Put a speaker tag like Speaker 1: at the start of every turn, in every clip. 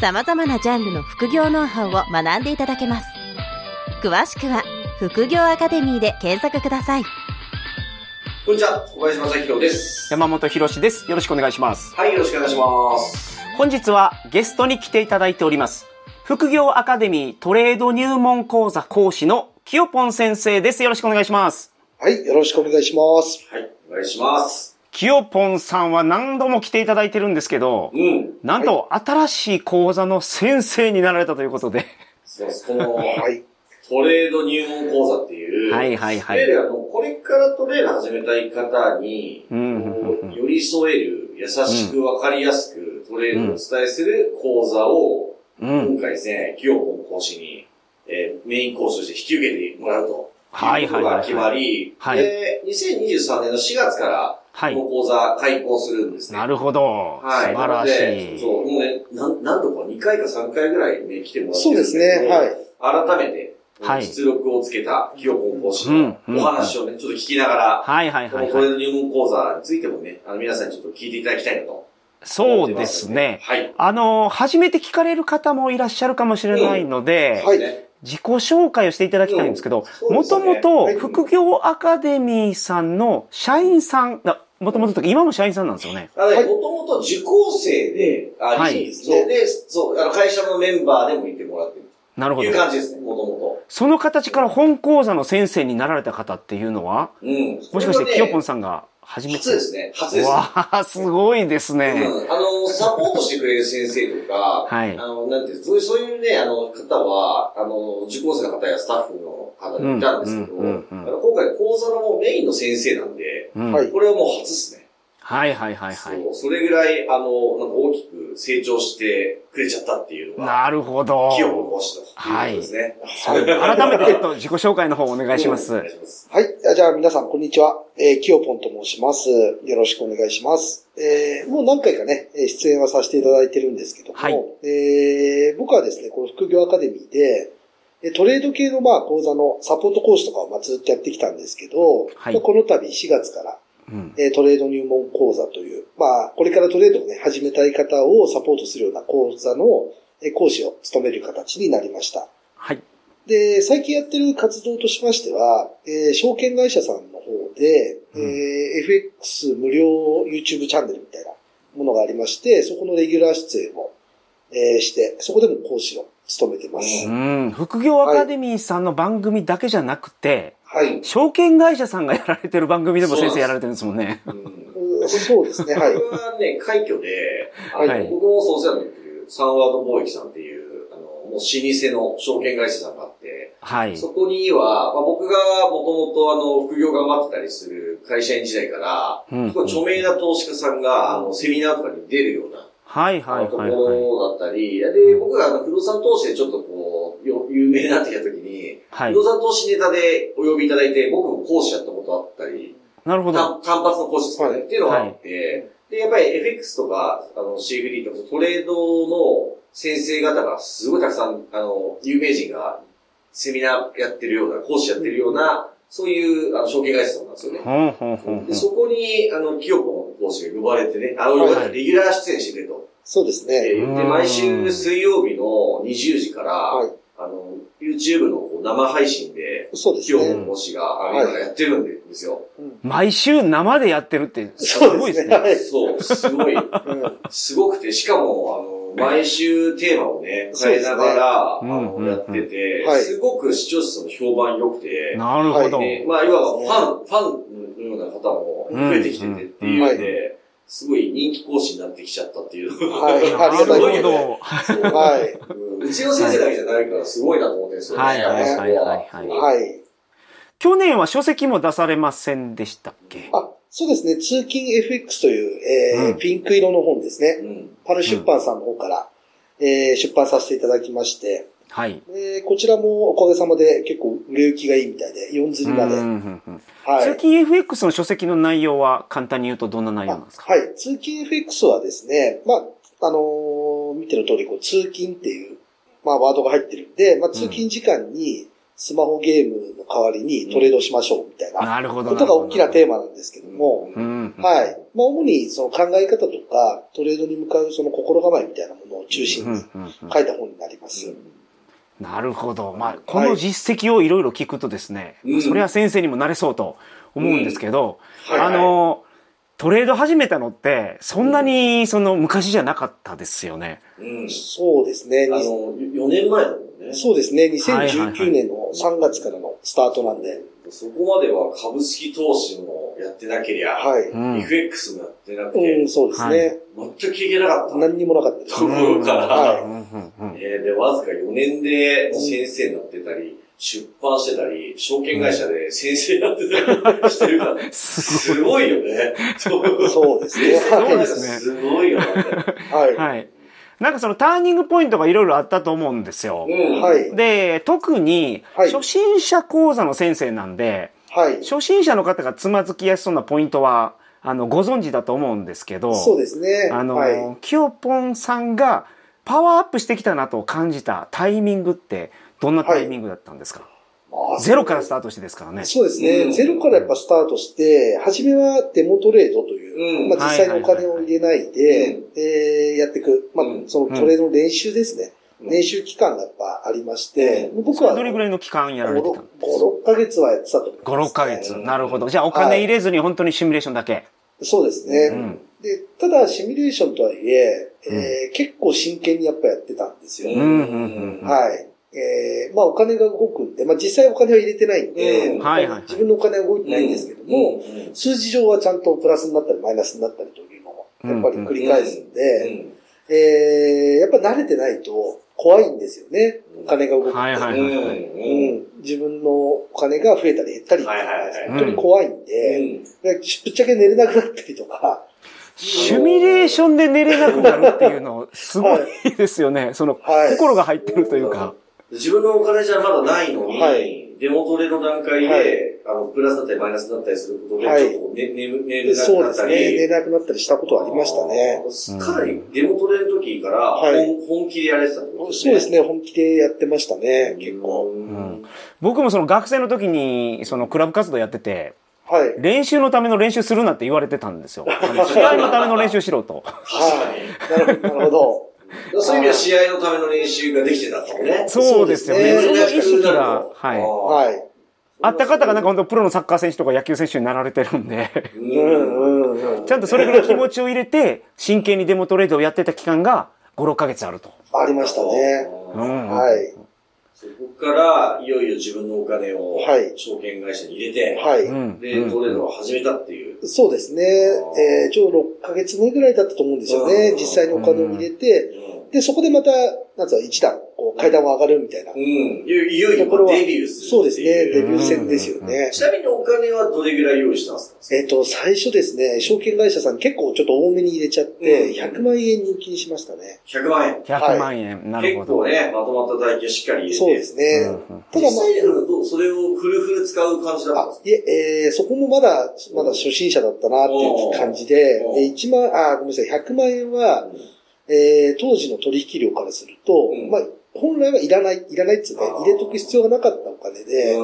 Speaker 1: 様々なジャンルの副業ノウハウを学んでいただけます。詳しくは、副業アカデミーで検索ください。
Speaker 2: こんにちは、小林正宏です。
Speaker 3: 山本博史です。よろしくお願いします。
Speaker 2: はい、よろしくお願いします。
Speaker 3: 本日はゲストに来ていただいております。副業アカデミートレード入門講座講師のきよぽん先生です。よろしくお願いします。
Speaker 4: はい、よろしくお願いします。
Speaker 2: はい、お願いします。
Speaker 3: きよぽんさんは何度も来ていただいてるんですけど
Speaker 2: う、ん。
Speaker 3: なんと新しい講座の先生になられたということで。
Speaker 2: そうです。この、
Speaker 4: はい。
Speaker 2: トレード入門講座っていう、
Speaker 3: はいはいはい
Speaker 2: わゆるあの、これからトレード始めたい方に、
Speaker 3: うんうんうんうん
Speaker 2: こう寄り添える、優しくわかりやすくトレードをお伝えする講座を、
Speaker 3: うん。
Speaker 2: 今回ですね、清子の講師に、えーメイン講師として引き受けてもらうと。
Speaker 3: はい
Speaker 2: いう
Speaker 3: は
Speaker 2: こ
Speaker 3: い
Speaker 2: と
Speaker 3: はい
Speaker 2: が
Speaker 3: はい
Speaker 2: 決まり、
Speaker 3: はい
Speaker 2: で、2023年の4月から、
Speaker 3: はい
Speaker 2: この講座開講するんですね。
Speaker 3: なるほど。素
Speaker 2: はい。
Speaker 3: 晴ら
Speaker 2: なので
Speaker 3: しい。
Speaker 2: そう、もうね、なん何度か2回か3回ぐらいね、来てもらって
Speaker 4: そう
Speaker 2: るん。
Speaker 4: ですね、はいい。
Speaker 2: 改めて、
Speaker 3: はい
Speaker 2: 実力をつけた企業本講師の
Speaker 3: うんうん
Speaker 2: お話をね、ちょっと聞きながら、
Speaker 3: はいはい
Speaker 2: こ
Speaker 3: は
Speaker 2: の
Speaker 3: い
Speaker 2: ト
Speaker 3: は
Speaker 2: レー
Speaker 3: い。
Speaker 2: ド入門講座についてもね、あの皆さんにちょっと聞いていただきたいなと。
Speaker 3: そうですね。
Speaker 2: はい。
Speaker 3: あの、初めて聞かれる方もいらっしゃるかもしれないので、
Speaker 4: はい
Speaker 2: ね
Speaker 3: 自己紹介をしていただきたいんですけど、
Speaker 2: うん
Speaker 3: も
Speaker 2: そ
Speaker 3: と
Speaker 2: うですね
Speaker 3: もと
Speaker 2: はい
Speaker 3: 副業アカデミーさんの社員さん、もともと今も社員さんなんですよね。
Speaker 2: あのね
Speaker 4: はい
Speaker 2: もともと受講生で、あ、
Speaker 3: はい
Speaker 2: 理事そうで、そう、あの会社のメンバーでもいてもらってる
Speaker 3: なる
Speaker 2: と
Speaker 3: ほ
Speaker 2: い
Speaker 3: ど
Speaker 2: う。感じですね、もとも
Speaker 3: その形から本講座の先生になられた方っていうのは、
Speaker 2: と。うん。
Speaker 3: もしかし
Speaker 2: こ
Speaker 3: てキ
Speaker 2: れは
Speaker 3: ヨ
Speaker 2: ね
Speaker 3: ポンさんが初めて
Speaker 2: 初ですね、初です。
Speaker 3: わあ、すごいですね。
Speaker 2: うん、あの、サポートしてくれる先生とか、
Speaker 3: はい
Speaker 2: あの、なんていう、そういう、そういうね、あの、方は、あの、受講生の方やスタッフの方がいたんですけど、
Speaker 3: うんうんうんうん
Speaker 2: あの今回講座のもうメインの先生なんで、
Speaker 3: うん
Speaker 4: はい
Speaker 2: これはもう初ですね。
Speaker 3: はいはいはいはい。
Speaker 2: そうそれぐらい、あの、なんか大きく成長してくれちゃったっていうのが、
Speaker 3: なるほど。
Speaker 2: 清子講師ということですね。
Speaker 3: そう改めてちょっと自己紹介の方お願いします。
Speaker 2: うんお願いします。
Speaker 4: はい。じゃあ皆さん、こんにちは。えー、きよぽんと申します。よろしくお願いします。えーもう何回かね、えー出演はさせていただいてるんですけども、
Speaker 3: はい
Speaker 4: えー僕はですね、この副業アカデミーで、えートレード系のまあ講座のサポート講師とかをまあずっとやってきたんですけど、
Speaker 3: はい
Speaker 4: まあこの度4月から、
Speaker 3: うん
Speaker 4: えートレード入門講座という、まあ、これからトレードをね、始めたい方をサポートするような講座のえー講師を務める形になりました。
Speaker 3: はい。
Speaker 4: で、最近やってる活動としましては、えー証券会社さんの方で、
Speaker 3: うん
Speaker 4: えー FX 無料 YouTube チャンネルみたいなものがありまして、そこのレギュラー出演を、えーして、そこでも講師を務めてます。
Speaker 3: うん。副業アカデミーさんの番組だけじゃなくて、
Speaker 4: はい。
Speaker 3: 証券会社さんがやられてる番組でも先生やられてるんですもんね。
Speaker 2: うん
Speaker 4: うーそうですね、はい。
Speaker 2: 僕はね、快挙で、あの
Speaker 3: はい
Speaker 2: 僕もそうお世話になってるサンワード貿易さんっていう、あの、もう老舗の証券会社さんがあって、
Speaker 3: はい。
Speaker 2: そこには、まあ、僕がもともとあの、副業頑張ってたりする会社員時代から、
Speaker 3: うん
Speaker 2: すごい著名な投資家さんが、あの、セミナーとかに出るような、
Speaker 3: はい
Speaker 2: あ
Speaker 3: は
Speaker 2: の
Speaker 3: い
Speaker 2: とこ
Speaker 3: はいはい。
Speaker 2: ろだったり、で、僕があの、不動産投資でちょっとこう、よ有名になってきた時に、
Speaker 3: は
Speaker 2: 不
Speaker 3: い。
Speaker 2: 動産投資ネタでお呼びいただいて、僕も講師やったことあったり、
Speaker 3: なるほど。
Speaker 2: 単単発の講師ですか
Speaker 4: は
Speaker 2: ね。
Speaker 4: い
Speaker 2: っていうのがあって、で、やっぱり FX とか、あの、CFD とか、トレードの先生方がすごいたくさん、あの、有名人がセミナーやってるような、講師やってるような、そういう、あの、証券会社さんなんですよね。
Speaker 3: ほんほんほんほ
Speaker 2: で、
Speaker 3: ん。
Speaker 2: そこに、あの、清子の講師が呼ばれてね、あの、
Speaker 4: はい
Speaker 2: 呼ばれてレギュラー出演してくれと。
Speaker 4: そうですね。
Speaker 2: で、
Speaker 3: うん
Speaker 2: 毎週水曜日の20時から、
Speaker 4: はい
Speaker 2: あの、YouTube のこう生配信で、
Speaker 4: そうです
Speaker 2: 清子
Speaker 4: ね。
Speaker 2: の講師が、あ
Speaker 4: はい
Speaker 2: の、やってるんですよ。
Speaker 4: うん
Speaker 3: 毎週生でやってるって、す
Speaker 4: そ
Speaker 3: ご
Speaker 4: う
Speaker 3: い
Speaker 4: で
Speaker 3: ですす
Speaker 4: ね。
Speaker 3: ね。
Speaker 4: はい。
Speaker 2: そう、すごい。
Speaker 4: うん
Speaker 2: すごくて、しかも、あの、毎週テーマをね、
Speaker 4: そう
Speaker 2: 変
Speaker 4: で
Speaker 2: え
Speaker 4: す
Speaker 2: な
Speaker 4: ね
Speaker 2: がら、あ
Speaker 3: うんうんう
Speaker 2: の、
Speaker 3: ん
Speaker 2: やってて
Speaker 4: は、い
Speaker 2: すごく視聴者の評判良くて、
Speaker 3: なるほど。
Speaker 2: ねまあ、いわばファン、ファンのような方も増えてきててっていううんん
Speaker 4: うん
Speaker 2: で、すごい人気講師になってきちゃったっていう。
Speaker 4: はい
Speaker 3: な
Speaker 4: ありがたい
Speaker 3: るほ
Speaker 2: すごいね
Speaker 3: ど。
Speaker 2: そう
Speaker 4: はい。
Speaker 2: うんうちの先生だけじゃないから、すごいなと思ってるんですよね。
Speaker 3: はい
Speaker 4: はい
Speaker 3: はいはいはい
Speaker 4: はい。
Speaker 3: 去年は書籍も出されませんでしたっけ
Speaker 4: あ、そうですね。通勤 FX という、えー
Speaker 3: うん
Speaker 4: ピンク色の本ですね。
Speaker 2: うん
Speaker 4: パル出版さんの方から、えー出版させていただきまして、
Speaker 3: はい。
Speaker 4: でこちらもおかげさまで結構売れ行きがいいみたいで、4釣りまで。
Speaker 3: うんうん
Speaker 4: は
Speaker 3: うんうん
Speaker 4: い。
Speaker 3: 通勤 FX の書籍の内容は簡単に言うとどんな内容なんですか
Speaker 4: あはい。通勤 FX はですね、まあ、あのー見ての通り、こう、通勤っていう、まあ、ワードが入ってるんで、まあ、通勤時間にスマホゲームの代わりにトレードしましょうみたいな
Speaker 3: なるほど。
Speaker 4: ことが大きなテー
Speaker 3: マ。
Speaker 4: マなんですけども、
Speaker 3: うん。
Speaker 4: はい。まあ、主にその考え方とか、トレードに向かうその心構えみたいなものを中
Speaker 3: い
Speaker 4: 心に書いた本になります。
Speaker 3: なるほど。まあ、この実績をいろいろ聞くとですね、
Speaker 2: うん
Speaker 3: まあそれは先生にもなれそうと思うんですけど、
Speaker 2: うん
Speaker 3: あの、トレード始めたのって、そんなに、その、昔じゃなかったですよね。
Speaker 2: うん。
Speaker 4: そうですね。
Speaker 2: あの、4年前だもんね。
Speaker 4: そうですね。
Speaker 3: はいはいはい
Speaker 4: 2019年の3月からのスタートなんで、
Speaker 2: そこまでは株式投資もやってなけりゃ、
Speaker 4: はい。
Speaker 3: うん。
Speaker 2: FX もやってなく
Speaker 4: う
Speaker 2: て
Speaker 4: ん、、そうですね。
Speaker 2: 全く経験なかった。
Speaker 4: 何にもなかったです。
Speaker 2: ところから、
Speaker 4: はい
Speaker 3: うんうんうん
Speaker 2: えーで、わずか4年で先生になってたり、出版してたり、証券会社で先生になってたりしてるから、
Speaker 3: す
Speaker 2: すごいよね。そう
Speaker 4: そうですね。
Speaker 2: そう
Speaker 4: は
Speaker 2: で
Speaker 4: い。
Speaker 2: すね。すごいよね。
Speaker 4: は
Speaker 3: ご
Speaker 4: い。
Speaker 3: い。はい。なんかそのターニングポイントがいろいろあったと思うんですよ。
Speaker 2: うん。。
Speaker 4: はいい。
Speaker 3: で、特に、
Speaker 4: はい
Speaker 3: 初心者講座の先生なんで、
Speaker 4: はい。
Speaker 3: 初心者の方がつまずきやすそうなポイントは、あの、ご存知だと思うんですけど、
Speaker 4: そうですね。
Speaker 3: あの、
Speaker 4: はい。
Speaker 3: キヨポンさんがパワーアップしてきたなと感じたタイミングって、どんなタイミングだったんですか、ゼロからスタートしてですからね。
Speaker 4: そうです
Speaker 2: うん
Speaker 4: ね。ゼロからやっぱスタートして、初めはデモトレードという、
Speaker 2: うん
Speaker 4: まあ実際にお金を入れないで、えーやっていく、まあ
Speaker 2: うん
Speaker 4: そのトレードの練習ですね。
Speaker 2: うん
Speaker 4: 練習期間がやっぱありまして、僕は
Speaker 3: どれぐらいの期間やられてたの
Speaker 4: 5、6ヶ月はやってたと思います、
Speaker 3: ?5、6ヶ月。なるほど。じゃあお金入れずに本当にシミュレーションだけ。
Speaker 4: そうですね。
Speaker 3: うん
Speaker 4: で、ただシミュレーションとはいえ、えー結構真剣にやっぱやってたんですよ。
Speaker 2: う
Speaker 3: うんんうんうん。
Speaker 4: はい。えーまあお金が動くんで、まあ実際お金は入れてないんで、
Speaker 2: うん
Speaker 3: はいはいはい
Speaker 4: 自分のお金は動いてないんですけども、
Speaker 2: うん
Speaker 4: 数字上はちゃんとプラスになったりマイナスになったりというのを、やっぱり繰り返す
Speaker 2: う
Speaker 4: んで、
Speaker 2: ん
Speaker 4: えーやっぱ慣れてないと怖いんですよね。お金が動くって。
Speaker 3: はいはいはいはい。
Speaker 2: うん
Speaker 4: うん、自分のお金が増えたり減ったりっていうのが
Speaker 2: はいはいはい
Speaker 4: 本当に怖いん
Speaker 2: う
Speaker 4: で、
Speaker 2: ん
Speaker 4: でぶっちゃけ寝れなくなったりとか、
Speaker 3: シミュレーションで寝れなくなるっていうの、すごいですよね。その、
Speaker 4: はい。
Speaker 3: 心が入ってるというか。
Speaker 2: 自分のお金じゃまだないのに、
Speaker 4: はい
Speaker 2: デモトレの段階で、
Speaker 4: はい
Speaker 2: あの、プラスだったりマイナスだったりすることで、
Speaker 4: はい
Speaker 2: ちょっとね、眠、寝れなく
Speaker 4: そう
Speaker 2: な
Speaker 4: で
Speaker 2: った
Speaker 4: す
Speaker 2: り。
Speaker 4: ね。寝なくなったりしたことはありましたね。
Speaker 2: あー。かなりデモトレの時から本、
Speaker 4: はい
Speaker 2: 本気でやれてたってこと
Speaker 4: そうです。ね。本気でやってましたね。結構。
Speaker 2: うん。
Speaker 3: 僕もその学生の時に、そのクラブ活動やってて、
Speaker 4: はい。
Speaker 3: 練習のための練習するなって言われてたんですよ。あ の試合のための練習しろと。
Speaker 4: はい。なるほど。なるほど。
Speaker 2: そういう意味では試合のための練習ができてたかもね。
Speaker 3: そうですよね。そ
Speaker 4: そうう
Speaker 3: い
Speaker 4: で
Speaker 3: う
Speaker 4: す
Speaker 3: 意
Speaker 4: ね
Speaker 3: 識が、はい。
Speaker 2: は
Speaker 4: はい。
Speaker 3: あった方がなんか本当プロのサッカー選手とか野球選手になられてるんで、
Speaker 2: い。う。
Speaker 4: うんんうんうん
Speaker 3: ち。ゃんとそれぐらい気持ちを入れて、真剣にデモトレードをやってた期間が5、6ヶ月あると。
Speaker 4: ありましたね。
Speaker 3: う
Speaker 2: うん
Speaker 3: ん。
Speaker 4: はい。
Speaker 2: そこから、いよいよ自分のお金を、
Speaker 4: はい
Speaker 2: 証券会社に入れて、
Speaker 4: は
Speaker 3: う
Speaker 4: い。
Speaker 3: ん。
Speaker 2: で、トレードを始めたっていう。
Speaker 4: そうですね。えーちょうど6ヶ月目ぐらいだったと思うんですよね
Speaker 2: う。ん
Speaker 4: 実際にお金を入れて。で、そこでまた、なんつうの、一段、こう、階段を上がるみたいな
Speaker 2: うん。。いよいよいよ
Speaker 4: ところは
Speaker 2: デビューする。
Speaker 4: そうですね。デビュ
Speaker 3: ん
Speaker 4: ー戦ですよね。
Speaker 2: ちなみにお金はどれぐらい用意したんですか
Speaker 4: えっ、と、最初ですね、証券会社さん結構ちょっと多めに入れちゃって、
Speaker 2: うん
Speaker 4: 100万円入金しましたね。
Speaker 2: 100万円。
Speaker 3: 100万円。なるほ
Speaker 2: 結
Speaker 3: ど。
Speaker 2: 構ね、まとまった代金をしっかり入れて。
Speaker 4: そうですね。
Speaker 3: うんうん
Speaker 4: ただ
Speaker 2: 実
Speaker 4: ま
Speaker 2: 際にやると、それをフルフル使う感じだったん
Speaker 4: あ
Speaker 2: ですか、
Speaker 4: いえ、えーそこもまだ、まだ初心者だったなっていう感じで
Speaker 2: おー、
Speaker 4: で、1万、あー、ごめんなさい、100万円は、えー当時の取引量からすると、
Speaker 2: うん
Speaker 4: まあ、本来はいらない、いらないっつうか、
Speaker 2: あー
Speaker 4: 入れとく必要がなかったお金で、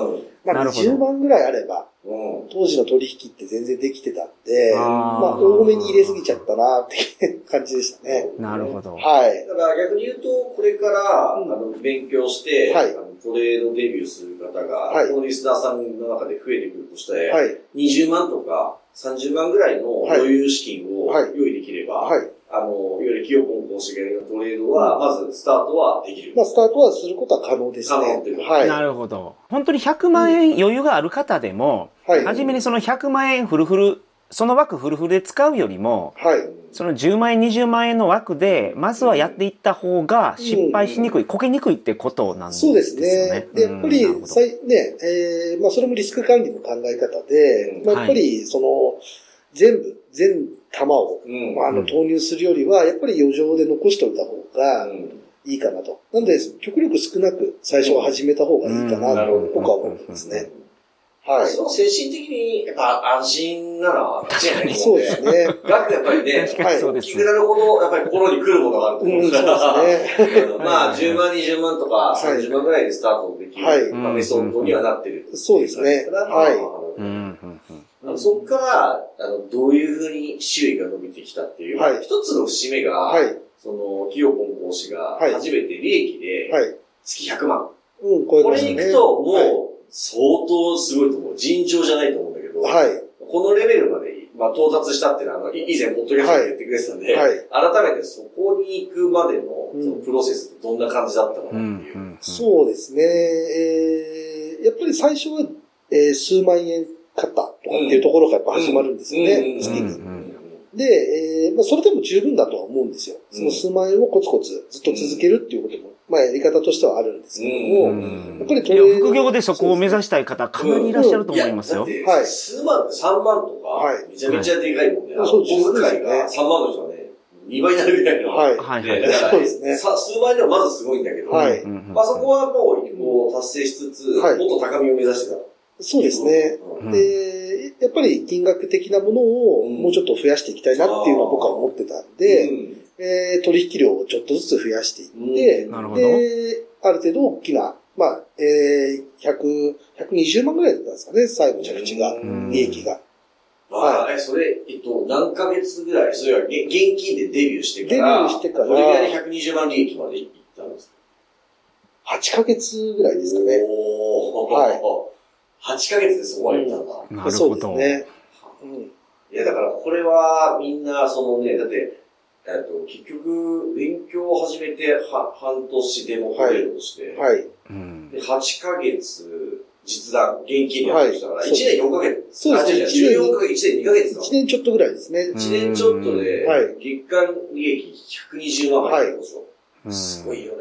Speaker 4: ま
Speaker 3: な
Speaker 4: あ、
Speaker 3: るほど
Speaker 4: 20万ぐらいあれば、
Speaker 2: うん。うん。
Speaker 4: 当時の取引って全然できてたんで、
Speaker 3: あー
Speaker 4: まあ、多めに入れすぎちゃったなっていう感じでしたね。
Speaker 3: なるほど。
Speaker 4: はい。
Speaker 2: だから逆に言うと、これから、
Speaker 4: うん
Speaker 2: あの、勉強して、
Speaker 4: はい
Speaker 2: あのトレードデビューする方が、
Speaker 4: はい
Speaker 2: このリスナーさんの中で増えてくるとして、
Speaker 4: はい。
Speaker 2: 20万とか30万ぐらいの
Speaker 4: はい
Speaker 2: 余裕資金を
Speaker 4: はい
Speaker 2: 用意できれば、
Speaker 4: はい。
Speaker 2: あの、いわゆる企業本講師がやるトレードは、まずスタートはできる。
Speaker 4: まあ、スタートはすることは可能ですね。
Speaker 2: 可能っていうか
Speaker 4: はい。
Speaker 3: なるほど。本当に100万円余裕がある方でも、
Speaker 4: はい。
Speaker 3: 初めにその100万円フルフル、その枠フルフルで使うよりも、
Speaker 4: はい。
Speaker 3: その10万円、20万円の枠で、まずはやっていった方が失敗しにくい、こけにくいってことなんです
Speaker 4: そ
Speaker 3: よ
Speaker 4: う
Speaker 3: ね。
Speaker 4: ですね。で、やっぱ
Speaker 3: う
Speaker 4: り
Speaker 3: んなるほ、ど
Speaker 4: さいね、えーまあ、それもリスク管理の考え方で
Speaker 2: う、ん
Speaker 4: まあ、やっぱり、その、全部、全玉を、
Speaker 2: うん。
Speaker 4: まあ、あ
Speaker 3: う
Speaker 4: の、
Speaker 3: ん
Speaker 4: 投入するよりは、やっぱり余剰で残しておいた方が、
Speaker 2: うん
Speaker 4: いいかなと。なんで、極力少なく最初は始めた方がいいかな
Speaker 2: な
Speaker 4: と
Speaker 2: るほど
Speaker 4: 僕は思いますね。は
Speaker 2: はいい。。その精神的に、やっぱ安心なら、確か
Speaker 4: そうですね。
Speaker 2: 額やっぱりね、
Speaker 3: 確かにそうです
Speaker 2: 聞くなるほど、やっぱり心に来るものがあると
Speaker 4: うん、そう
Speaker 2: 思
Speaker 4: で
Speaker 2: う
Speaker 4: す
Speaker 2: から、
Speaker 4: ね。
Speaker 2: まあ、10万、20万とか、
Speaker 4: はい
Speaker 2: 30万ぐらいでスタートできる、
Speaker 4: はい
Speaker 2: まあ、メソッドにはなってる。
Speaker 4: そうですね。
Speaker 2: だから
Speaker 4: はい。
Speaker 3: うんうんうん
Speaker 2: あのそこから、あの、どういうふうに周囲が伸びてきたっていう、
Speaker 4: はい
Speaker 2: 一つの節目が、
Speaker 4: はい。
Speaker 2: その、キヨポン講師が
Speaker 4: はい、
Speaker 2: 初めて利益で、
Speaker 4: はい。
Speaker 2: 月100万。
Speaker 4: うん、超え
Speaker 2: こ
Speaker 4: ま
Speaker 2: れ
Speaker 4: した
Speaker 2: に行
Speaker 4: ね。
Speaker 2: くと、
Speaker 4: はい
Speaker 2: もう、相当すごいと思う。尋常じゃないと思うんだけど、
Speaker 4: はい。
Speaker 2: このレベルまで、まあ、到達したっていうのは、あの、い以前、ポッドキャストで言ってくれてたんで、
Speaker 4: はいはい
Speaker 2: 改めてそこに行くまでの、
Speaker 4: うん
Speaker 2: そのプロセスってどんな感じだったのかっていう。
Speaker 4: そうですね。えーやっぱり最初は、えー数万円買ったとかっていうところがやっぱ始まるんですよ
Speaker 2: う
Speaker 4: ね
Speaker 2: ん、
Speaker 4: 月
Speaker 3: うん
Speaker 4: に。
Speaker 3: うん
Speaker 4: で、えーまあ、それでも十分だとは思うんですよ。その数万円をコツコツずっと続けるっていうことも、まあ、やり方としてはあるんですけども、
Speaker 2: うん
Speaker 3: うん
Speaker 4: やっぱり
Speaker 3: いや副業でそこを目指したい方、かなりいらっしゃると思いますよ。
Speaker 2: いやだっ
Speaker 4: は
Speaker 2: て
Speaker 4: い
Speaker 2: 数万とか3万と
Speaker 4: は
Speaker 2: か、
Speaker 4: い
Speaker 2: めちゃめちゃでかいもんね。
Speaker 4: はいそう
Speaker 2: あの小遣いが
Speaker 4: 十
Speaker 2: 3万の人はね、2倍になるぐらいの。
Speaker 4: はい。
Speaker 3: はい
Speaker 2: ね
Speaker 3: はい
Speaker 2: だから
Speaker 4: そうですね
Speaker 2: さ数万円でもまずすごいんだけど、
Speaker 4: はい
Speaker 3: うんうんうん
Speaker 2: まあそこはもう、こう達成しつつ、
Speaker 4: はい
Speaker 2: もっと高みを目指してたと。
Speaker 4: そうですね。
Speaker 2: うん
Speaker 3: うん
Speaker 4: で、やっぱり金額的なものを
Speaker 2: うん
Speaker 4: もうちょっと増やしていきたいなっていうのは僕は思ってたんで、えー取引量をちょっとずつ増やしていって、
Speaker 2: うん
Speaker 3: なるほど
Speaker 4: で、ある程度大きな、まあ、えー、100、120万ぐらいだったんですかね、最後着地が、
Speaker 3: うん
Speaker 4: 利益が。
Speaker 2: ああ、え、それ、えっと、何ヶ月ぐらいそれはげ現金でデビューしてから。
Speaker 4: デビューしてから
Speaker 2: どれぐらいで120万利益までいったんですか
Speaker 4: 8ヶ月ぐらいですかね。
Speaker 2: おー、
Speaker 4: はい
Speaker 2: 8ヶ月でそこまでいったんだ。
Speaker 3: なる
Speaker 4: そ
Speaker 3: ほ
Speaker 4: うです
Speaker 3: ど。
Speaker 4: ね。うん
Speaker 2: いや、だからこれはみんな、そのね、だって、えっと、結局、勉強を始めては半年デモトレードをして、
Speaker 4: はい。
Speaker 3: うん
Speaker 2: で8ヶ月、実弾、現金でやってきたから、
Speaker 4: は
Speaker 2: 1
Speaker 4: い
Speaker 2: 年4ヶ月。
Speaker 4: そうですね
Speaker 2: あ違う違う14ヶ月、1年2ヶ月
Speaker 4: 1
Speaker 2: か。
Speaker 4: 年ちょっとぐらいですね。
Speaker 2: 1年ちょっとで
Speaker 4: はい、
Speaker 2: 月間利益120万入ってますよ。すごいよね。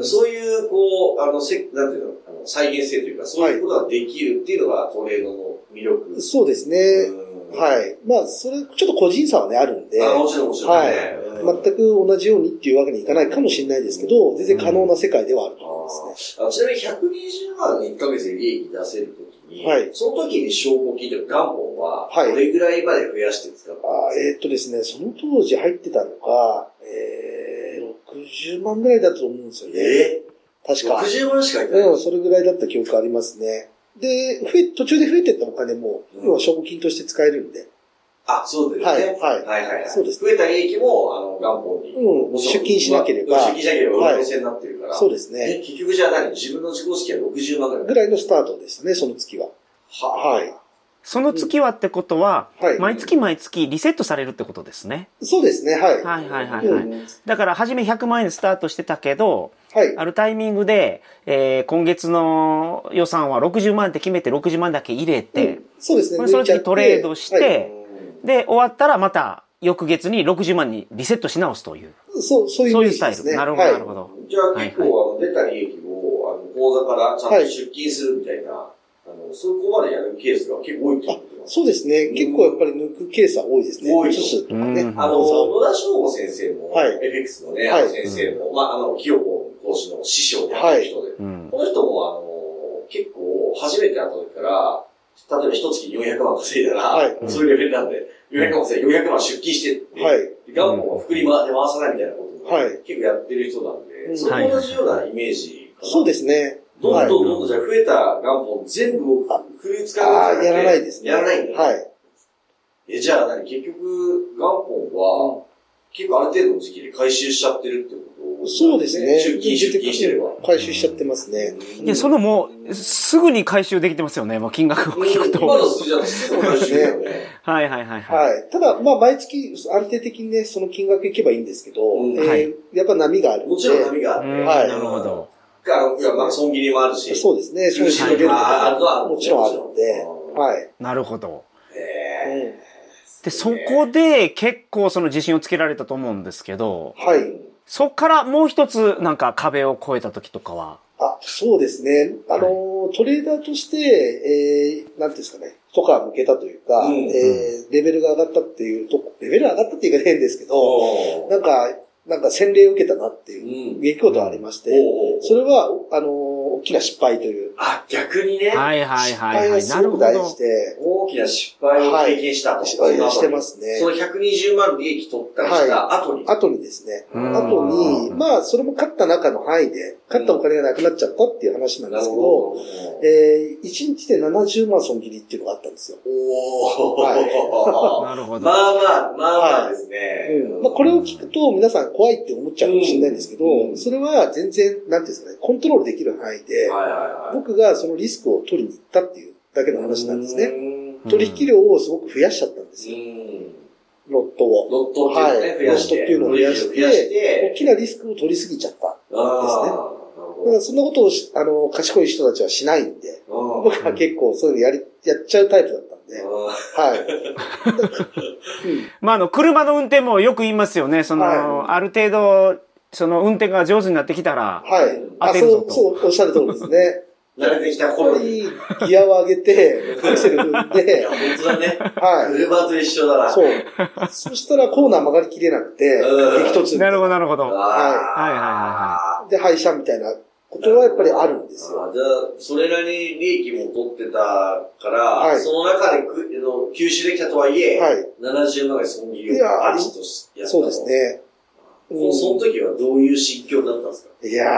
Speaker 2: そういう、こう、あの、せ、なんていうの、あの再現性というか、そういうことができるっていうのがトレードの魅力。
Speaker 4: そうですね。
Speaker 2: うん
Speaker 4: はい。まあ、それ、ちょっと個人差はね、あるんで、
Speaker 2: あもちろんもちろん、
Speaker 4: はい
Speaker 2: うん
Speaker 4: 全く同じようにっていうわけにいかないかもしれないですけど、全然可能な世界ではあると思いますね。
Speaker 2: あちなみに120万1ヶ月で利益出せるときに、
Speaker 4: はい
Speaker 2: その時に証拠金というか元本は、
Speaker 4: はい
Speaker 2: どれぐらいまで増やして使ったん
Speaker 4: あ
Speaker 2: です
Speaker 4: えーっとですね、その当時入ってたのが、えー、60万ぐらいだと思うんですよ
Speaker 2: か
Speaker 4: ね。
Speaker 2: え
Speaker 4: 確か。
Speaker 2: 60万しか入ってない。
Speaker 4: うん、それぐらいだった記憶ありますね。で、増え、途中で増えてったお金も、
Speaker 2: うん
Speaker 4: 要は証拠金として使えるんで、
Speaker 2: あ、そうですね。
Speaker 4: はいはい
Speaker 2: はいはいはい
Speaker 4: そうです
Speaker 2: 増えた利益も、あの、元本に。
Speaker 4: うん
Speaker 2: もちろん
Speaker 4: 出勤しなければ
Speaker 2: うん出勤しなければ、
Speaker 4: はい
Speaker 2: 上乗せになってるから。
Speaker 4: そうですね。
Speaker 2: え結局じゃあ何自分の自己資金は60万ぐらい。
Speaker 4: ぐらいのスタートでしたね、その月は。
Speaker 2: は
Speaker 4: はい。
Speaker 3: その月はってことは、
Speaker 4: はい。
Speaker 3: 毎月毎月リセットされるってことですね。
Speaker 4: そうですね、はい。
Speaker 3: はいはいはい
Speaker 4: うん
Speaker 3: はい。だから、初め100万円でスタートしてたけど、
Speaker 4: はい。
Speaker 3: あるタイミングで、えー今月の予算は60万って決めて60万だけ入れて、
Speaker 4: そうですね。
Speaker 3: その
Speaker 4: 抜いちゃっ
Speaker 3: 時
Speaker 4: て
Speaker 3: トレードし
Speaker 4: は
Speaker 3: て、
Speaker 2: うん
Speaker 3: で、終わったらまた翌月に60万にリセットし直すという、
Speaker 4: いそう、そういうイ
Speaker 3: そういう
Speaker 4: メー
Speaker 3: ス
Speaker 4: ジ
Speaker 3: タ
Speaker 4: で
Speaker 3: イ
Speaker 4: す
Speaker 3: ル。
Speaker 4: ね。
Speaker 3: なるほ
Speaker 4: は
Speaker 3: ど、
Speaker 4: い
Speaker 3: なるほど。
Speaker 2: じゃあ結構、あの、出た利益を、あの、口座からちゃんと出金するみたいな、あの、そこまでやるケースが結構多いってことなんです
Speaker 4: そうですね。結構やっぱり抜くケースは多いですね。
Speaker 2: 多い
Speaker 4: 移すとか
Speaker 3: う
Speaker 4: ね
Speaker 3: ん。
Speaker 2: あの、
Speaker 4: そ
Speaker 2: 野田翔吾先生も、
Speaker 4: はい
Speaker 2: エフェクスのね、
Speaker 4: はい
Speaker 2: あの先生も、まあ、あの、清子講師の師匠である人で、
Speaker 3: うん。
Speaker 2: この人も、あの、結構、初めて会った時から、例えば一月400万稼いだら、
Speaker 4: はい
Speaker 2: そういうレベルなんで、400万稼いで400万出勤してって、
Speaker 4: うはい。
Speaker 2: で元本を振り回で回さないみたいなことを、
Speaker 4: はい
Speaker 2: 結構やってる人なんで、
Speaker 4: うん
Speaker 2: それと同じようなイメージかな。
Speaker 4: そうですね。
Speaker 2: どん
Speaker 4: はい。
Speaker 2: どんどんどんじゃあ増えた元本全部をフル使
Speaker 4: あ
Speaker 2: う
Speaker 4: あ、やらないですね。
Speaker 2: やらないんだよ。
Speaker 4: はい。
Speaker 2: え、じゃあ何結局、元本は、結構ある程度の時期で回収しちゃってるってこと
Speaker 4: そうですね。
Speaker 2: 出勤、出勤してれば。
Speaker 4: 回収しちゃってますね。
Speaker 3: いや、そのもう、すぐに回収できてますよね、もう金額を聞く
Speaker 2: 今の
Speaker 3: と。
Speaker 2: 数字だとすぐ回収だよね。
Speaker 3: はいはいはいはい。
Speaker 4: はい。ただ、まあ、毎月安定的にね、その金額いけばいいんですけど、
Speaker 2: うん
Speaker 4: えー
Speaker 3: はい
Speaker 4: やっぱ波があるんで。
Speaker 2: もちろん波があっ
Speaker 3: う
Speaker 2: て。
Speaker 3: ん、
Speaker 4: はい
Speaker 3: なるほど。
Speaker 2: あのいや、まあ、損切りもあるし。
Speaker 4: そうですね。
Speaker 2: 収
Speaker 4: 損
Speaker 2: 支
Speaker 4: 失
Speaker 2: の
Speaker 4: の
Speaker 2: 出
Speaker 4: 出
Speaker 2: る
Speaker 4: る
Speaker 2: と
Speaker 4: と
Speaker 2: か
Speaker 4: かもちろんあるので
Speaker 2: もちろん、
Speaker 4: はい。
Speaker 3: なるほど。
Speaker 2: へ
Speaker 4: うん
Speaker 2: ー
Speaker 3: で、そこで結構その自信をつけられたと思うんですけど、
Speaker 4: はい。
Speaker 3: そこからもう一つなんか壁を越えた時とかは、
Speaker 4: あ、そうですね。あのー、トレーダーとして、えー、なんていうんですかね、とか向けたというか、
Speaker 2: うん
Speaker 4: えーレベルが上がったっていうとこ、レベル上がったっていうか変ですけど、
Speaker 2: おー
Speaker 4: なんか、なんか洗礼を受けたなっていう、
Speaker 2: ん。
Speaker 4: 出来事がありまして、
Speaker 2: おうおう
Speaker 4: それは、あのー大きな失敗という、
Speaker 2: あ、逆にね、
Speaker 5: はいはいはい
Speaker 4: 失敗
Speaker 5: は
Speaker 4: が
Speaker 5: い。な
Speaker 4: す
Speaker 5: る
Speaker 4: ご
Speaker 5: ほ
Speaker 4: く
Speaker 5: ど。
Speaker 4: 大事で、
Speaker 2: 大きな失敗を経験したと。
Speaker 4: 失敗してますね。
Speaker 2: その120万利益取ったりした後に。
Speaker 4: 後にですね、
Speaker 5: うん
Speaker 4: 後に、まあ、それも勝った中の範囲で、勝ったお金がなくなっちゃったっていう話なんですけど、えー、1日で70万損切りっていうのがあったんですよ。
Speaker 2: おお。
Speaker 5: なるほ
Speaker 2: ま
Speaker 5: ど。
Speaker 2: あまあ、まあまあですね。
Speaker 4: うんまあ、これを聞くと皆さん怖いって思っちゃうかもしれないんですけど、
Speaker 2: うん
Speaker 4: それは全然、なんていうんですかね、コントロールできる範囲
Speaker 2: はい
Speaker 4: で、
Speaker 2: はいはい。
Speaker 4: 僕がそのリスクを取りに行ったっていうだけの話なんですね。
Speaker 2: うん。
Speaker 5: うん
Speaker 4: 取引量をすごく増やしちゃったんですよ、ロットを。
Speaker 2: ロットっていうのをね、増やして。
Speaker 4: ロットっていうのを増やして
Speaker 2: 増やして。
Speaker 4: 大きなリスクを取りすぎちゃった。
Speaker 2: ああ、
Speaker 4: だからそんなことをしあの、賢い人たちはしないんで、
Speaker 2: なるほど。
Speaker 4: 僕は結構そういうのやり、やっちゃうタイプだったんで、
Speaker 2: うん
Speaker 4: はい。
Speaker 3: まあ、あの、車の運転もよく言いますよね。その、
Speaker 4: は
Speaker 3: ある程度、その運転が上手になってきたら、
Speaker 4: はい。
Speaker 3: 当
Speaker 4: あ、
Speaker 3: てる
Speaker 4: そ
Speaker 3: ぞ
Speaker 4: う
Speaker 3: と、
Speaker 4: そう、おっしゃる通りですね。
Speaker 2: 慣れてきた
Speaker 4: やっ
Speaker 2: 頃
Speaker 4: ぱ
Speaker 2: に。い
Speaker 4: り、ギアを上げて、アクセル踏んで
Speaker 2: や、、本当だね。
Speaker 4: はい。
Speaker 2: 車と一緒だな。
Speaker 4: そう。そしたらコーナー曲がりきれなくて、
Speaker 2: うん
Speaker 4: 激突。
Speaker 3: なるほど、なるほど。
Speaker 2: はい
Speaker 3: はいは
Speaker 4: で、廃車みたいなことはやっぱりあるんですよ。
Speaker 2: あーじゃあ、それなりに利益も取ってたから、
Speaker 4: はい
Speaker 2: その中でくあの吸収できたとはいえ、
Speaker 4: はい。
Speaker 2: 70万円損切
Speaker 4: い
Speaker 2: りを
Speaker 4: や
Speaker 2: アジとしやったの
Speaker 4: そうです。ね。
Speaker 2: もうその時はどういう心境だったんですか
Speaker 4: いやー、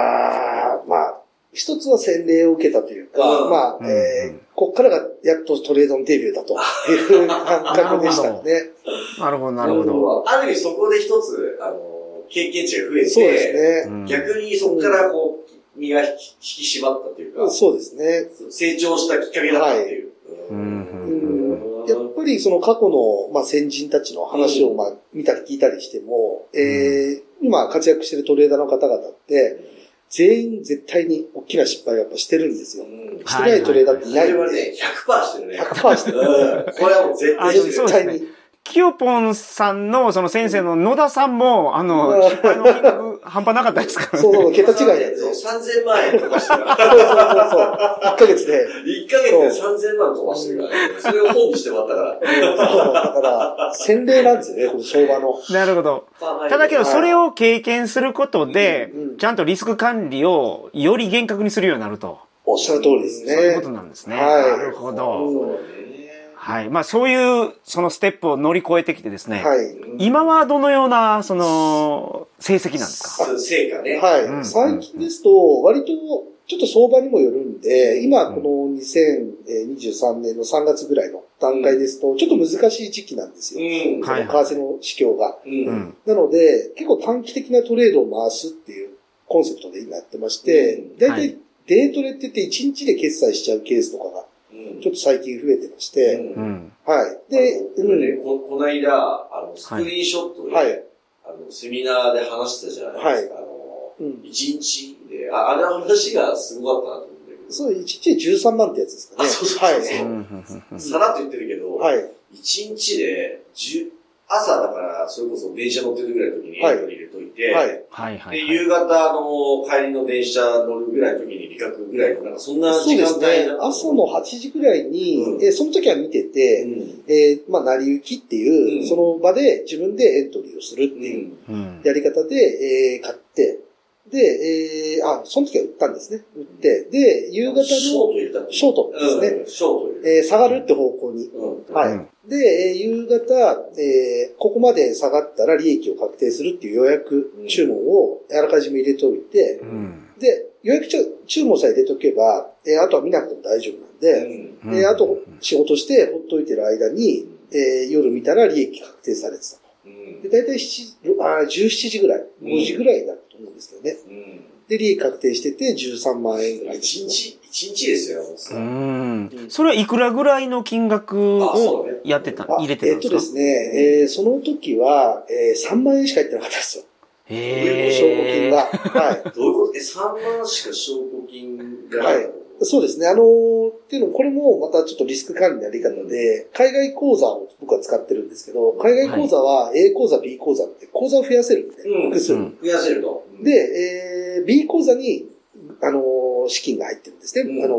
Speaker 4: まあ、一つは洗礼を受けたというか、
Speaker 2: うん
Speaker 4: まあ、
Speaker 5: う
Speaker 4: え
Speaker 5: んうん
Speaker 4: ー、こっからがやっとトレードのデビューだという感覚でしたね。
Speaker 5: なるほど、なるほど。
Speaker 2: ど。ある意味そこで一つ、あの、経験値が増えて、
Speaker 4: そうです
Speaker 5: う
Speaker 4: ね。
Speaker 5: ん
Speaker 2: 逆にそこからこう、身が引き引き締まったというか、
Speaker 4: そうですね。
Speaker 2: 成長したきっかけだったっていう。
Speaker 5: う
Speaker 4: うん
Speaker 5: うん
Speaker 4: んやっぱりその過去の、まあ、先人たちの話を、まあ、見たり聞いたりしても、えー、今活躍してるトレーダーの方々って、全員絶対に大きな失敗をやっぱしてるんですよ。
Speaker 2: うん
Speaker 4: してないトレーダーってい
Speaker 2: そ
Speaker 4: ない
Speaker 2: れ
Speaker 4: ん
Speaker 2: は
Speaker 4: で、
Speaker 2: ね、100%してるね。
Speaker 4: 100%してる。
Speaker 2: うんこれはもう絶対してる。
Speaker 3: そう
Speaker 4: 絶
Speaker 3: です
Speaker 4: 対
Speaker 3: ね
Speaker 4: に。
Speaker 3: キヨポンさんの、その先生の野田さんも、あ
Speaker 4: うん
Speaker 3: の、失敗の金額半端なかったですから
Speaker 4: そう
Speaker 3: ね。
Speaker 4: そう、桁違いなんですよ。
Speaker 2: 3000万円飛ばしてるから。
Speaker 4: そうそうそうそう。1ヶ月で。
Speaker 2: 1ヶ月で3000万飛ばしてるから、ね。それを本にしてもらったか
Speaker 4: そうだから、洗礼なんですよね、この相場の。
Speaker 3: なるほど。
Speaker 2: ら。
Speaker 3: ただけど、それを経験することで
Speaker 4: うんうん、
Speaker 3: ちゃんとリスク管理をより厳格にするようになると。
Speaker 4: おっしゃる通りですね。
Speaker 3: そういうことなんですね。
Speaker 4: はい
Speaker 3: なるほ
Speaker 2: そ
Speaker 3: ど。
Speaker 2: うね。
Speaker 3: はい。まあ、そういう、そのステップを乗り越えてきてですね。
Speaker 4: はい。
Speaker 3: 今はどのような、その、成績なんですか
Speaker 2: そう成果ね。
Speaker 4: はい。
Speaker 3: うん
Speaker 4: 最近ですと、割と、ちょっと相場にもよるんで、今、この2023年の3月ぐらいの段階ですと、ちょっと難しい時期なんですよ。
Speaker 2: うん。
Speaker 4: そ
Speaker 3: は
Speaker 4: の
Speaker 3: い
Speaker 4: 為替の市況が。
Speaker 2: う。
Speaker 3: うんん。
Speaker 4: なので、結構短期的なトレードを回すっていうコンセプトで今やってまして
Speaker 2: うん、
Speaker 4: 大
Speaker 3: は
Speaker 4: 体
Speaker 3: い
Speaker 4: デートレって言って1日で決済しちゃうケースとかが、
Speaker 2: うん
Speaker 4: ちょっと最近増えてまして、
Speaker 2: う
Speaker 3: うんん。
Speaker 4: はい。で、
Speaker 2: ね
Speaker 4: うん
Speaker 2: ここの間、あの、スクリーンショットで、
Speaker 4: はい。
Speaker 2: あの、セミナーで話してたじゃないですか。あの、
Speaker 4: うん
Speaker 2: 1日で、あ、あれの話がすごかったなと思うんだけど。
Speaker 4: そう、1日で13万ってやつですかね。
Speaker 2: あそうそうそう
Speaker 3: う
Speaker 2: そ
Speaker 3: ん
Speaker 2: う
Speaker 3: うんうん
Speaker 2: さらっと言ってるけど、
Speaker 4: はい。はい。
Speaker 2: 一日で、10朝だから、それこそ電車乗ってるぐらいの時にエントリー入れといて、
Speaker 4: はい。
Speaker 3: はいは
Speaker 2: で、
Speaker 3: いはい。
Speaker 2: 夕方、あの、帰りの電車乗るぐらいの時に、理学ぐらいの、なんかそんな
Speaker 4: そ
Speaker 2: 時
Speaker 4: うで
Speaker 2: 間
Speaker 4: す
Speaker 2: 帯
Speaker 4: ね
Speaker 2: だっ。た
Speaker 4: 朝の8時ぐらいに、
Speaker 2: うん
Speaker 4: えーその時は見てて、
Speaker 2: うん。
Speaker 4: えーまあ、成り行きっていう、
Speaker 2: うん
Speaker 4: その場で自分でエントリーをするって
Speaker 2: う。
Speaker 4: いうん
Speaker 3: うん
Speaker 4: やり方で、えー買って、で、えーあ、その時は売ったんですね。売って、で、夕方の、
Speaker 2: ショート入れたって
Speaker 4: ショートですね
Speaker 2: うん、ショート入れ
Speaker 4: えー下がるって方向に。
Speaker 2: た。うん。
Speaker 4: はい。
Speaker 3: うん
Speaker 4: で、えー夕方、えーここまで下がったら利益を確定するっていう予約
Speaker 2: うん
Speaker 4: 注文をあらかじめ入れておいて、
Speaker 3: うん
Speaker 4: で、予約注注文さえ入れとけば、えーあとは見なくても大丈夫なんで、
Speaker 2: うん
Speaker 3: うん
Speaker 4: で、あと、仕事して、ほっといてる間に、えー夜見たら利益確定されてた。
Speaker 2: うん
Speaker 4: で、大体7あー17時ぐらい、
Speaker 2: うん
Speaker 4: 5時ぐらいだったと思うんですけどね。
Speaker 2: うん。
Speaker 4: で、利益確定してて13万円ぐらい。
Speaker 2: 一日、一日ですよ、もうさ
Speaker 3: うん。それはいくらぐらいの金額
Speaker 2: あそう
Speaker 3: を
Speaker 2: だね
Speaker 3: やってた、
Speaker 4: あ
Speaker 3: 入れてたん
Speaker 4: えっ
Speaker 3: で
Speaker 4: と
Speaker 3: す
Speaker 4: で
Speaker 3: か
Speaker 4: すね、えーその時は、えー3万円しか入ってなかったですよ。
Speaker 3: へー。
Speaker 4: 証拠金が。はい。
Speaker 2: どういうことえ、3万しか証拠金が
Speaker 4: はいそうですね。あのーっていうのも、これもまたちょっとリスク管理のやり方で、海外口座を僕は使ってるんですけど、海外口座は A 口座、B 口座って口座を増やせるんで、
Speaker 2: うん
Speaker 4: 複数。
Speaker 3: うん
Speaker 2: 増やせると。
Speaker 4: で、えー B 口座に、あのー資金が入ってるんですね。
Speaker 2: うん
Speaker 4: あのー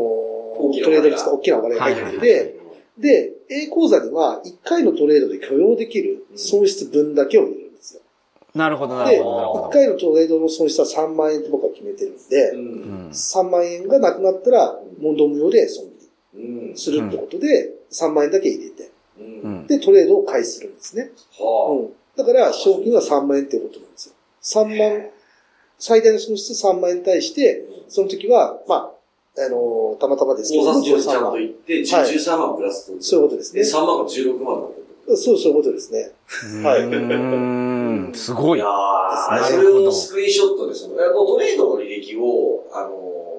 Speaker 2: 大きなお金が
Speaker 4: トレードに使う大きなお金が入ってて、
Speaker 3: はい
Speaker 4: で、A 口座には1回のトレードで許容できる損失分だけを入れるんですよ。
Speaker 3: なるほど、なる
Speaker 4: で、
Speaker 3: ほど、なる
Speaker 4: 1
Speaker 3: ほど。
Speaker 4: 回のトレードの損失は3万円って僕は決めてるん
Speaker 2: う
Speaker 4: で、
Speaker 2: ん。
Speaker 4: 3万円がなくなったら、問答無用で損切
Speaker 2: うん
Speaker 4: り。するってことで、3万円だけ入れて、
Speaker 2: う。
Speaker 3: うんん。
Speaker 4: で、トレードを開始するんですね。
Speaker 2: は
Speaker 4: うん。だから、賞金は3万円ってことなんですよ。3万、最大の損失3万円に対して、その時は、まあ、あのーたまたまですけ
Speaker 2: 考
Speaker 4: ども、
Speaker 2: 察にちゃ
Speaker 4: 13
Speaker 2: んと
Speaker 4: 万。
Speaker 2: 行って、
Speaker 4: はい
Speaker 2: 13万プラスと。
Speaker 4: そういうことですね
Speaker 2: で、3万が16万だったってこ
Speaker 4: そう、そういうことですね。はいう
Speaker 3: ーんすご
Speaker 2: と。
Speaker 3: い。
Speaker 2: や
Speaker 3: は
Speaker 2: ー
Speaker 3: な
Speaker 2: そ
Speaker 3: るほ
Speaker 2: れ
Speaker 3: ど
Speaker 2: をスクリーンショットで、その、あのトレードの履歴を、あの、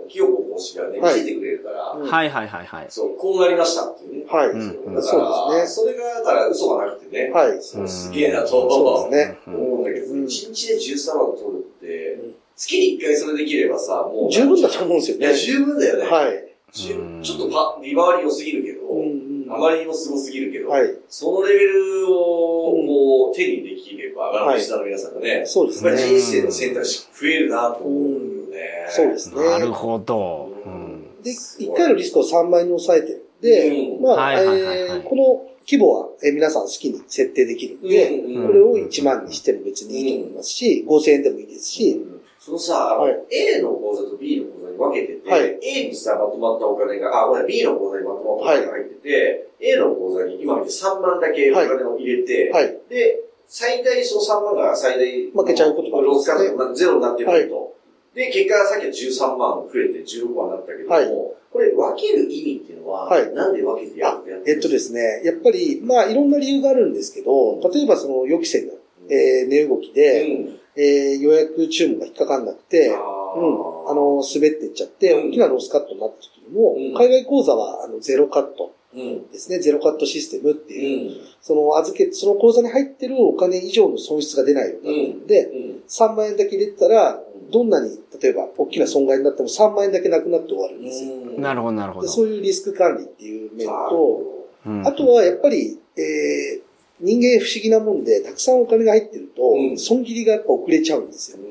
Speaker 2: 清子講師がね、見
Speaker 4: はい
Speaker 2: せてくれるから、
Speaker 3: いはいはいはい。
Speaker 2: そう、こうなりましたっていうね。
Speaker 4: はい。
Speaker 3: うん
Speaker 2: そう
Speaker 3: うん
Speaker 2: だから、
Speaker 4: そうです
Speaker 2: それが、だから嘘がなくてね。
Speaker 4: はい
Speaker 2: そうすげえなと
Speaker 4: そ
Speaker 2: 思
Speaker 4: うですね。
Speaker 3: う
Speaker 2: うん思うんだけど、1
Speaker 4: うん
Speaker 2: 日で13万取るって
Speaker 4: うん、
Speaker 2: 月に1回それできればさ、もう。
Speaker 4: 十分だと思うんですよ
Speaker 2: い
Speaker 4: ね
Speaker 2: や、。十分だよね。
Speaker 4: はい。
Speaker 2: 十
Speaker 3: うん
Speaker 2: ちょっとパ、利回り良すぎるけど、
Speaker 4: うんうん
Speaker 2: あまりにもすごすぎるけど、
Speaker 4: はい。
Speaker 2: そのレベルを
Speaker 4: うん
Speaker 2: こう手にできれば、あの
Speaker 4: はい
Speaker 2: リスナーの皆さんがね、やっ
Speaker 4: そうです
Speaker 2: ぱり
Speaker 4: ね。
Speaker 2: 人生の選択肢増えるなと思うよね。
Speaker 4: そうですね。
Speaker 3: なるほど。う
Speaker 2: うんん
Speaker 4: で、1回のリスクを3万円に抑えてるんで、
Speaker 2: うん
Speaker 4: まあ、
Speaker 3: はいはいはいはい
Speaker 4: えーこの規模は、えー皆さん好きに設定できるんで、
Speaker 2: うんうん
Speaker 4: これを1万にしても別にいいと思いますし、5000円でもいいですし、
Speaker 2: そのさ、あの
Speaker 4: はい
Speaker 2: A の口座と B の口座に分けてて、
Speaker 4: はい
Speaker 2: A にさ、まとまったお金が、あ、これ B の口座にまとまったお金が入ってて、A の口座に今見て3万だけお金を入れて、
Speaker 4: はい。
Speaker 2: で、最大その3万が最大。
Speaker 4: 負けちゃうこともあるんですね
Speaker 2: ロスカットゼロになってると。で、結果さっきは13万増えて16万になったけども、
Speaker 4: はい
Speaker 2: これ分ける意味っていうのは、
Speaker 4: はい
Speaker 2: なんで分けてやるや
Speaker 4: えっとですね、やっぱり、まあ、いろんな理由があるんですけど、例えばその予期せぬ、えー値動き
Speaker 2: うん、
Speaker 4: で、えー予約注文が引っかかんなくて、
Speaker 2: あ
Speaker 4: うん、あ
Speaker 2: の、
Speaker 4: の、滑っていっちゃって、
Speaker 2: うん
Speaker 4: 大きなロスカットになった時にも、
Speaker 2: うん
Speaker 4: 海外口座は、あの、ゼロカット
Speaker 2: うん。
Speaker 4: ですね、ゼロカットシステムって
Speaker 2: う
Speaker 4: いう、
Speaker 2: ん。
Speaker 4: その預け、その口座に入ってるお金以上の損失が出ないようになってるんで、
Speaker 2: うん。
Speaker 4: 3万円だけ入れてたら、
Speaker 2: ん
Speaker 4: どんなに、例えば、大きな損害になっても3万円だけなくなって終わるんですよ。
Speaker 2: うん
Speaker 3: なるほど、なるほ
Speaker 4: で
Speaker 3: ど。
Speaker 4: そういうリスク管理っていう面と、
Speaker 3: うん
Speaker 4: あとはやっぱり、えー人間不思議なもんで、たくさんお金が入ってると、
Speaker 2: うん
Speaker 4: 損切りがやっぱ遅れちゃうんです よ。
Speaker 2: う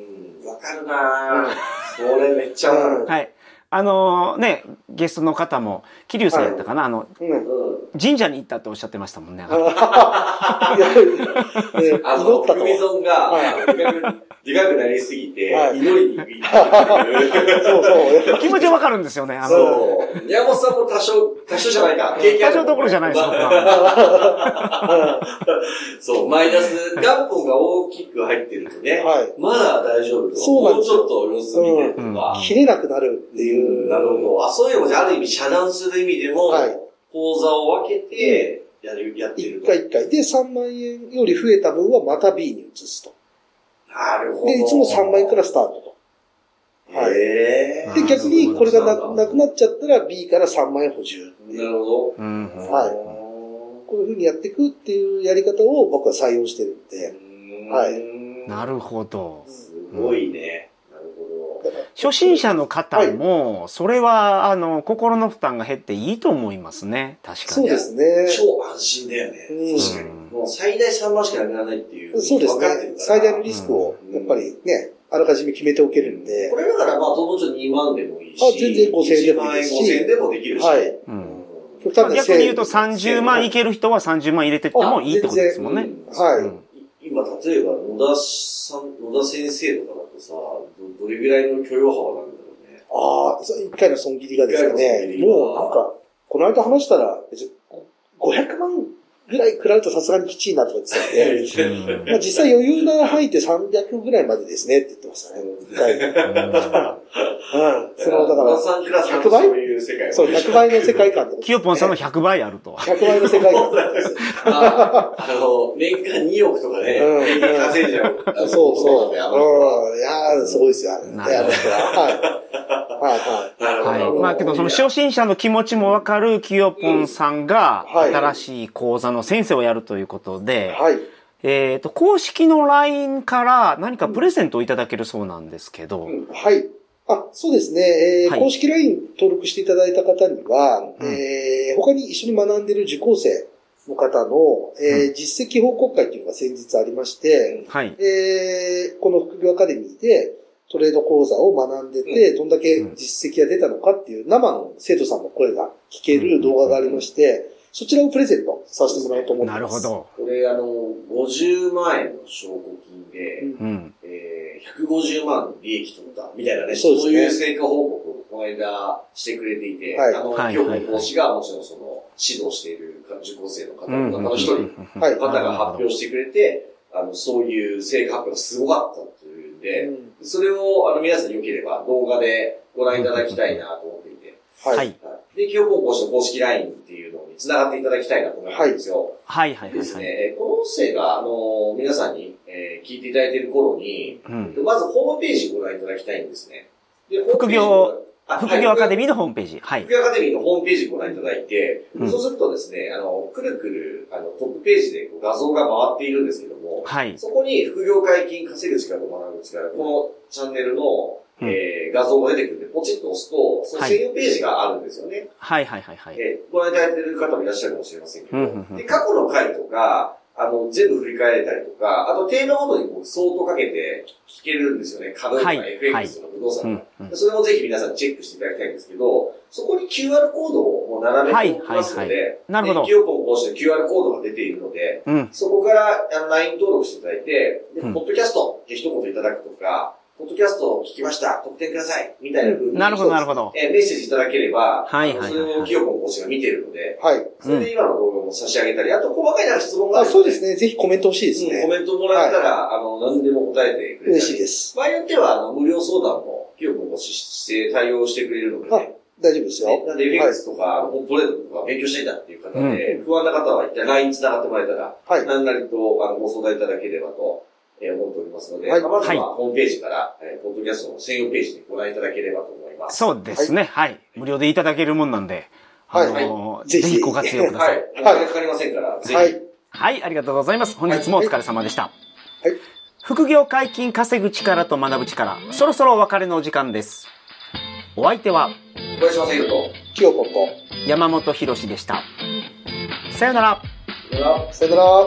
Speaker 2: んわかるなぁ。それめっちゃわかる。
Speaker 3: はい。あのね、ゲストの方も、桐生さんやったかな、あの、
Speaker 4: うん。
Speaker 2: う
Speaker 3: 神社に行ったっておっしゃってましたもんね。
Speaker 4: あのいやね祈っ
Speaker 2: ん。あの、
Speaker 4: たと。
Speaker 2: 組損が、
Speaker 4: は
Speaker 2: でかくでかくなりすぎて、
Speaker 4: はい
Speaker 2: 祈りに行くっていう。
Speaker 4: そうそう。やっぱ
Speaker 3: 気持ちわかるんですよね。あの、
Speaker 2: そう。宮本さんも多少、多少じゃないか。経験あ
Speaker 3: 多
Speaker 2: る
Speaker 3: 少どころじゃないですよ。僕
Speaker 2: まあ
Speaker 3: は
Speaker 2: そう、マイナス、元本が大きく入ってるとね、
Speaker 4: はい
Speaker 2: まだ大丈夫と。
Speaker 4: そうなん
Speaker 2: も
Speaker 4: で
Speaker 2: う
Speaker 4: す
Speaker 2: ち
Speaker 4: よ
Speaker 2: ょっと様子見てとか。
Speaker 4: 切れなくなるっていう。
Speaker 2: なるほど。あ、そういうのもじゃあある意味遮断する意味でも、
Speaker 4: はい
Speaker 2: 口座を分けて、やる、やってる
Speaker 4: 一
Speaker 2: と。
Speaker 4: 回一回。で、3万円より増えた分はまた B に移すと。
Speaker 2: なるほど。
Speaker 4: で、いつも3万円からスタートと。はい。
Speaker 2: へー
Speaker 4: で、逆にこれがなくなくな
Speaker 2: っ
Speaker 4: っちゃったら B から3万円補充。
Speaker 2: なるほ
Speaker 3: うん
Speaker 2: ど。
Speaker 4: はい
Speaker 2: い。
Speaker 4: こういうふうにやっていくっていうやり方を僕は採用してるんで。はい
Speaker 2: い
Speaker 3: なるほど。
Speaker 2: すごいね。なるほど。
Speaker 3: 初心者の方も、それは、あの、心の負担が減っていいと思いますね。確か
Speaker 4: そう
Speaker 3: に。
Speaker 4: ですね。
Speaker 2: 超安心だよね。
Speaker 4: うん
Speaker 2: 確かに。もう最大3万しかなくならないっていう。
Speaker 4: そうです
Speaker 2: 分かってる
Speaker 4: ね
Speaker 2: か。ら
Speaker 4: 最大のリスクを、やっぱりね、あらかじめ決めておけるんで
Speaker 2: こ。れだから、まあ、当然2万でもいいし。
Speaker 4: あ全然5000でもいいです
Speaker 2: 1
Speaker 4: し
Speaker 2: 万円5000でもできるし。
Speaker 4: はい。
Speaker 3: う
Speaker 2: うん
Speaker 3: ん
Speaker 4: 極端な
Speaker 3: 逆に言うと
Speaker 4: せい
Speaker 3: 30万いける人は30万入れてってもいいってことですもんね。
Speaker 2: うん
Speaker 4: はい
Speaker 3: うん
Speaker 2: 今、例えば、野田さん、野田先生とかだとさ、どどれぐらいの許容幅なんだろうね。
Speaker 4: ああ、そう一回の損切りがですよ
Speaker 2: 一回の損
Speaker 4: ね
Speaker 2: 切。りが
Speaker 4: もうなんか、この間話したら、別に500万ぐらい食らうとさすがにきちいなとか言ってたんで、
Speaker 3: うん
Speaker 4: まあ実際余裕な範囲で300ぐらいまでですねって言ってましたね。一 回。うん。その、だ
Speaker 2: 野
Speaker 4: から
Speaker 2: 田、さんクラスの
Speaker 4: 100倍
Speaker 2: そういう世界
Speaker 4: そう、100倍の世界観ってこと
Speaker 3: キヨポンさんの100倍あると。
Speaker 4: 100倍の世界観ってことですよ。
Speaker 2: ああの、年間2億とかね、
Speaker 4: うん
Speaker 2: 稼いじゃう。
Speaker 4: そうそう。う
Speaker 2: あの人
Speaker 4: ん。いやー、すごいですよ。あれね
Speaker 3: な
Speaker 4: あ
Speaker 3: る
Speaker 4: の人は。はい。はいは
Speaker 2: なるほど
Speaker 3: は
Speaker 2: なるほ
Speaker 3: い。
Speaker 2: ど。
Speaker 3: まあけど、その初心者の気持ちもわかるキヨポンさんが、
Speaker 4: うんはい
Speaker 3: 新しい講座の先生をやるということ
Speaker 4: い。
Speaker 3: で、
Speaker 4: はい。
Speaker 3: えっと、公式の LINE から何かプレゼントをいただけるそうなんですけど、
Speaker 2: うん
Speaker 4: はい。あ、そうですね。えー
Speaker 3: はい
Speaker 4: 公式 LINE 登録していただいた方には、
Speaker 3: うん
Speaker 4: えー他に一緒に学んでいる受講生の方の、えー実績報告会というのが先日ありまして、
Speaker 3: はい。
Speaker 4: えーこの副業アカデミーでトレード講座を学んでて、どんだけ実績が出たのかっていう生の生徒さんの声が聞ける動画がありまして、そちらをプレゼントさせてもらおうと思って
Speaker 3: な
Speaker 4: ます。
Speaker 3: るほ。ど。
Speaker 2: これ、あの、50万円の証拠金で、
Speaker 4: うん
Speaker 3: うん。
Speaker 2: えー、150万の利益取った、みたいなね、そ
Speaker 4: そううですね
Speaker 2: いう成果報告をこの間してくれていて、
Speaker 4: はい
Speaker 2: あの、
Speaker 3: はい
Speaker 2: 今日の講師がもちろんその、指導している受講生の方の中の一人
Speaker 3: 人
Speaker 4: はい
Speaker 2: の方が発表してくれて、あの、そういう成果発表がすごかったっていうんで、
Speaker 4: うん
Speaker 2: それを、あの、皆さん良ければ動画でご覧いただきたいなと思っていて、
Speaker 3: は
Speaker 4: はいい。
Speaker 2: はいで、清高校師の公式 LINE っていうのに繋がっていただきたいなと思ってるんですよ。
Speaker 3: はいはいはい
Speaker 2: です
Speaker 3: はい。
Speaker 2: ね、この音声が、あの、皆さんに、えー聞いていただいている頃に、
Speaker 3: うん
Speaker 2: まずホームページご覧いただきたいんですね。で
Speaker 3: 副業、
Speaker 2: ホームページあ
Speaker 3: 副業アカデミ
Speaker 2: はい
Speaker 3: ーのホームページ。はい
Speaker 2: 副。業アカデミーのホームページご覧いただいて、
Speaker 3: うん
Speaker 2: そうするとですね、あの、くるくる、あの、トップページでこう画像が回っているんですけども、
Speaker 3: はい。
Speaker 2: そこに副業解禁稼ぐ力と学ぶ力、このチャンネルの、
Speaker 3: うん
Speaker 2: えー画像が出てくるんで、ポチッと押すと、その
Speaker 3: はい
Speaker 2: 専用ページがあるんですよね。
Speaker 3: はいはいはいはい。
Speaker 2: えーご覧いただいている方もいらっしゃるかもしれませんけど、
Speaker 3: うんうんうん
Speaker 2: で過去の回とか、あの、全部振り返れたりとか、あとテーマごとにこう、相当かけて聞けるんですよね。株とか
Speaker 3: はい
Speaker 2: FX とか不動産と
Speaker 3: う
Speaker 2: か。
Speaker 3: んうん
Speaker 2: でそれもぜひ皆さんチェックしていただきたいんですけど、そこに QR コードをもう並べておきますので、
Speaker 3: はいなるほど
Speaker 2: でキヨポン講師の QR コードが出ているので、
Speaker 3: うん。
Speaker 2: そこからあの LINE 登録していただいて、で
Speaker 3: うん
Speaker 2: ポッドキャストって一言いただくとか、ポッドキャストを聞きました、特典ください、みたいな風に、
Speaker 3: なるほどなるほど。
Speaker 2: えーメッセージいただければ、
Speaker 3: はいは
Speaker 2: あの
Speaker 3: いはいはい
Speaker 2: それをキヨポン講師が見ているので、
Speaker 4: はい。
Speaker 2: それで今の動画も差し上げたり、あと細かいな質問があ
Speaker 4: あ
Speaker 2: る
Speaker 4: そうです
Speaker 2: ね。
Speaker 4: ね。ぜひコメント欲しいです
Speaker 2: うんコ
Speaker 4: ね。
Speaker 2: メントもらったら、あの、何でも答えてくれたり。
Speaker 4: 嬉しいです。
Speaker 2: 場合によっては、あの、無料相談も、清くもしして対応してくれるので、
Speaker 4: あ大丈夫です
Speaker 2: ね
Speaker 4: よ。
Speaker 2: なんで、エフェクスとか、ホットレードとか勉強したいんだっていう方で、不安な方は一旦 LINE 繋がってもらえたら、
Speaker 4: はい。
Speaker 2: 何なりとあのご相談いただければとえー思っておりますので、
Speaker 4: はい
Speaker 2: まあまず
Speaker 3: はい
Speaker 2: はホームページから、えーポッドキャストの専用ページでご覧いただければと思います。
Speaker 3: そうですね。はい。無料でいただけるもんなんで、あ
Speaker 4: はい
Speaker 3: のー、
Speaker 4: ぜ
Speaker 3: ぜ
Speaker 4: ひ
Speaker 3: ひご活用くだ
Speaker 2: は
Speaker 3: さ
Speaker 2: い
Speaker 3: い。。
Speaker 2: お金かかりませんから、ぜひ。
Speaker 4: はい。
Speaker 3: はい、ありがとうございます。本日もお疲れ様でした。
Speaker 4: はい
Speaker 3: 副業解禁稼ぐ力と学ぶ力、そろそろお別れのお時間です。お相手は
Speaker 2: 小林正宏と、
Speaker 4: キヨポンと。
Speaker 3: 山本博史でした。さよなら。
Speaker 2: さよなら
Speaker 4: さよなら。